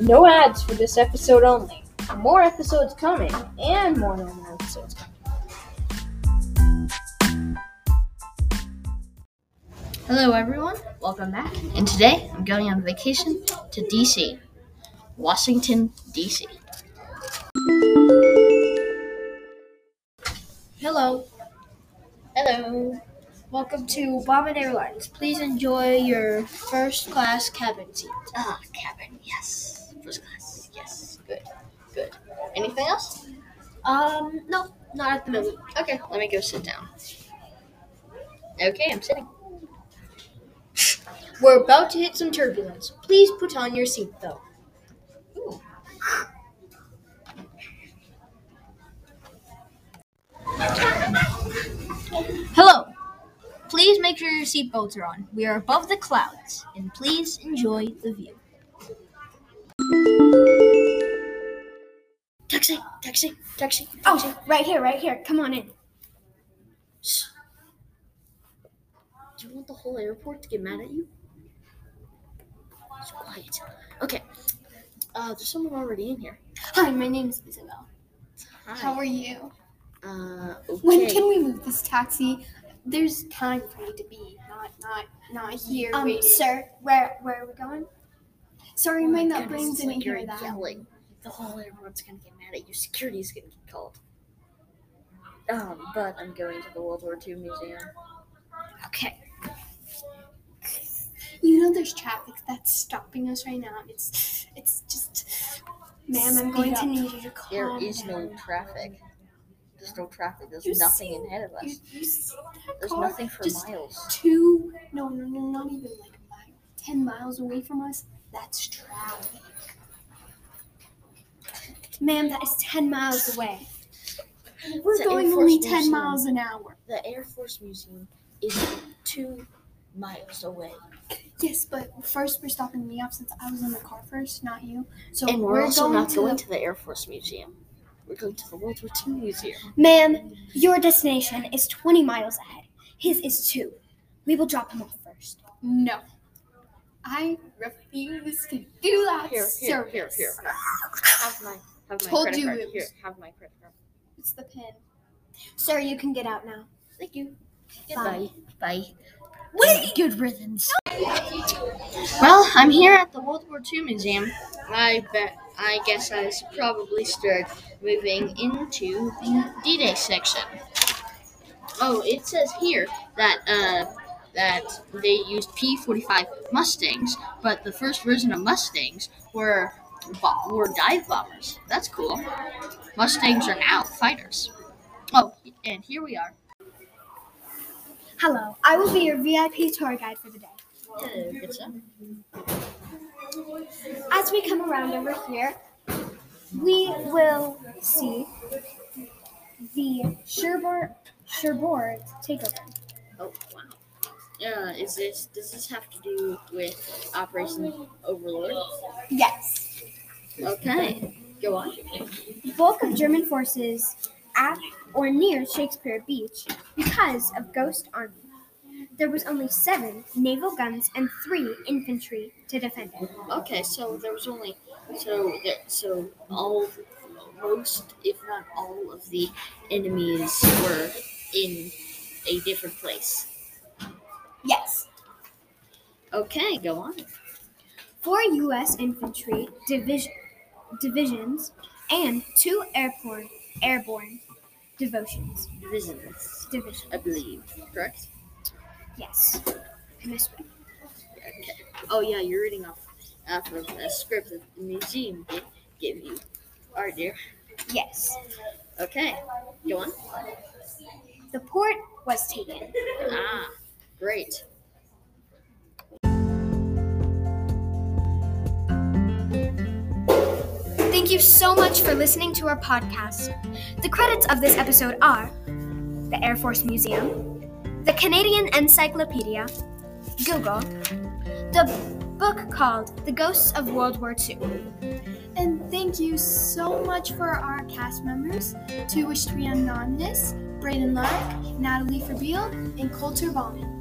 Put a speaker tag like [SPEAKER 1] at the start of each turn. [SPEAKER 1] No ads for this episode only. More episodes coming, and more normal episodes coming.
[SPEAKER 2] Hello, everyone. Welcome back. And today I'm going on vacation to DC, Washington, DC.
[SPEAKER 3] Hello. Hello. Welcome to Bombin Airlines. Please enjoy your first class cabin seat.
[SPEAKER 2] Ah, cabin. Yes. First class. Yes. Good. Good. Anything else?
[SPEAKER 3] Um, no, not at the moment.
[SPEAKER 2] Okay, let me go sit down. Okay, I'm sitting.
[SPEAKER 3] We're about to hit some turbulence. Please put on your seatbelt.
[SPEAKER 2] Ooh.
[SPEAKER 3] Hello. Please make sure your seatbelts are on. We are above the clouds, and please enjoy the view. Taxi, taxi, taxi.
[SPEAKER 4] Oh, right here, right here. Come on in.
[SPEAKER 2] Do you want the whole airport to get mad at you? It's quiet. Okay. Uh, there's someone already in here.
[SPEAKER 4] Hi, my name is Isabel.
[SPEAKER 2] Hi.
[SPEAKER 4] How are you?
[SPEAKER 2] Uh, okay.
[SPEAKER 4] When can we move this taxi? There's time for me to be not not not here. Um, waiting. sir, where where are we going? Sorry, my nut
[SPEAKER 2] Oh Goodness,
[SPEAKER 4] brain
[SPEAKER 2] it's
[SPEAKER 4] didn't
[SPEAKER 2] like
[SPEAKER 4] hear
[SPEAKER 2] you're
[SPEAKER 4] that.
[SPEAKER 2] Yelling. The whole airport's gonna get mad at you. Security's gonna get called. Um, but I'm going to the World War II museum.
[SPEAKER 4] Okay. You know there's traffic that's stopping us right now. It's it's just, ma'am, I'm going Speed to up. need you to calm
[SPEAKER 2] There is no
[SPEAKER 4] down.
[SPEAKER 2] traffic. There's no traffic. There's
[SPEAKER 4] You
[SPEAKER 2] nothing
[SPEAKER 4] see-
[SPEAKER 2] ahead of us.
[SPEAKER 4] You, you see that
[SPEAKER 2] There's
[SPEAKER 4] car?
[SPEAKER 2] nothing for
[SPEAKER 4] just
[SPEAKER 2] miles.
[SPEAKER 4] two no no no not even like a mile, ten miles away from us that's traffic ma'am that is ten miles away we're
[SPEAKER 2] It's an
[SPEAKER 4] going only
[SPEAKER 2] enforced
[SPEAKER 4] ten
[SPEAKER 2] museum.
[SPEAKER 4] miles an hour
[SPEAKER 2] The Air Force Museum is two miles away.
[SPEAKER 4] yes but first we're stopping me off since i was in the car first not you so
[SPEAKER 2] and we're, also
[SPEAKER 4] going
[SPEAKER 2] not
[SPEAKER 4] to
[SPEAKER 2] going
[SPEAKER 4] the-
[SPEAKER 2] to the Air Force Museum. We're going to the World War II Museum.
[SPEAKER 5] Ma'am, your destination is 20 miles ahead. His is two. We will drop him off first.
[SPEAKER 4] no i refuse to do that
[SPEAKER 2] Here, here, here,
[SPEAKER 4] service.
[SPEAKER 2] here. Have my, have my
[SPEAKER 4] Told
[SPEAKER 2] credit
[SPEAKER 4] you
[SPEAKER 2] card.
[SPEAKER 4] it
[SPEAKER 2] Here,
[SPEAKER 4] was-
[SPEAKER 2] have my credit card.
[SPEAKER 4] it's the pin
[SPEAKER 5] Sir, you can get out now.
[SPEAKER 2] Thank you. Goodbye. Bye.
[SPEAKER 3] Really good riddance.
[SPEAKER 2] Well, I'm here at the World War II Museum. I bet. I guess I should probably start moving into the D-Day section. Oh, it says here that uh, that they used P-45 Mustangs, but the first version of Mustangs were bo- were dive bombers. That's cool. Mustangs are now fighters. Oh, and here we are.
[SPEAKER 5] Hello, I will be your VIP tour guide for the day.
[SPEAKER 2] Oh,
[SPEAKER 5] As we come around over here, we will see the Sherbourne, Sherbourne takeover.
[SPEAKER 2] Oh wow. Uh, is this does this have to do with Operation Overlord?
[SPEAKER 5] Yes,
[SPEAKER 2] Okay. Go on.
[SPEAKER 5] bulk of German forces at or near Shakespeare Beach because of Ghost Army. There was only seven naval guns and three infantry to defend it.
[SPEAKER 2] Okay, so there was only so there, so all most if not all of the enemies were in a different place.
[SPEAKER 5] Yes.
[SPEAKER 2] Okay, go on.
[SPEAKER 5] four U.S. infantry division, divisions and two airborne airborne devotions
[SPEAKER 2] Divisions,
[SPEAKER 5] division.
[SPEAKER 2] I believe. Correct.
[SPEAKER 5] Yes, I misread.
[SPEAKER 2] Okay. Oh yeah, you're reading off off of a script that the museum did give you. Are dear.
[SPEAKER 5] Yes,
[SPEAKER 2] Okay, go on.
[SPEAKER 5] the port was taken.
[SPEAKER 2] Ah, great.
[SPEAKER 5] Thank you so much for listening to our podcast. The credits of this episode are the Air Force Museum, the Canadian Encyclopedia, Google, the book called The Ghosts of World War II.
[SPEAKER 4] And thank you so much for our cast members to Istria Nandis, Braden Lark, Natalie Fabiel, and Coulter Bauman.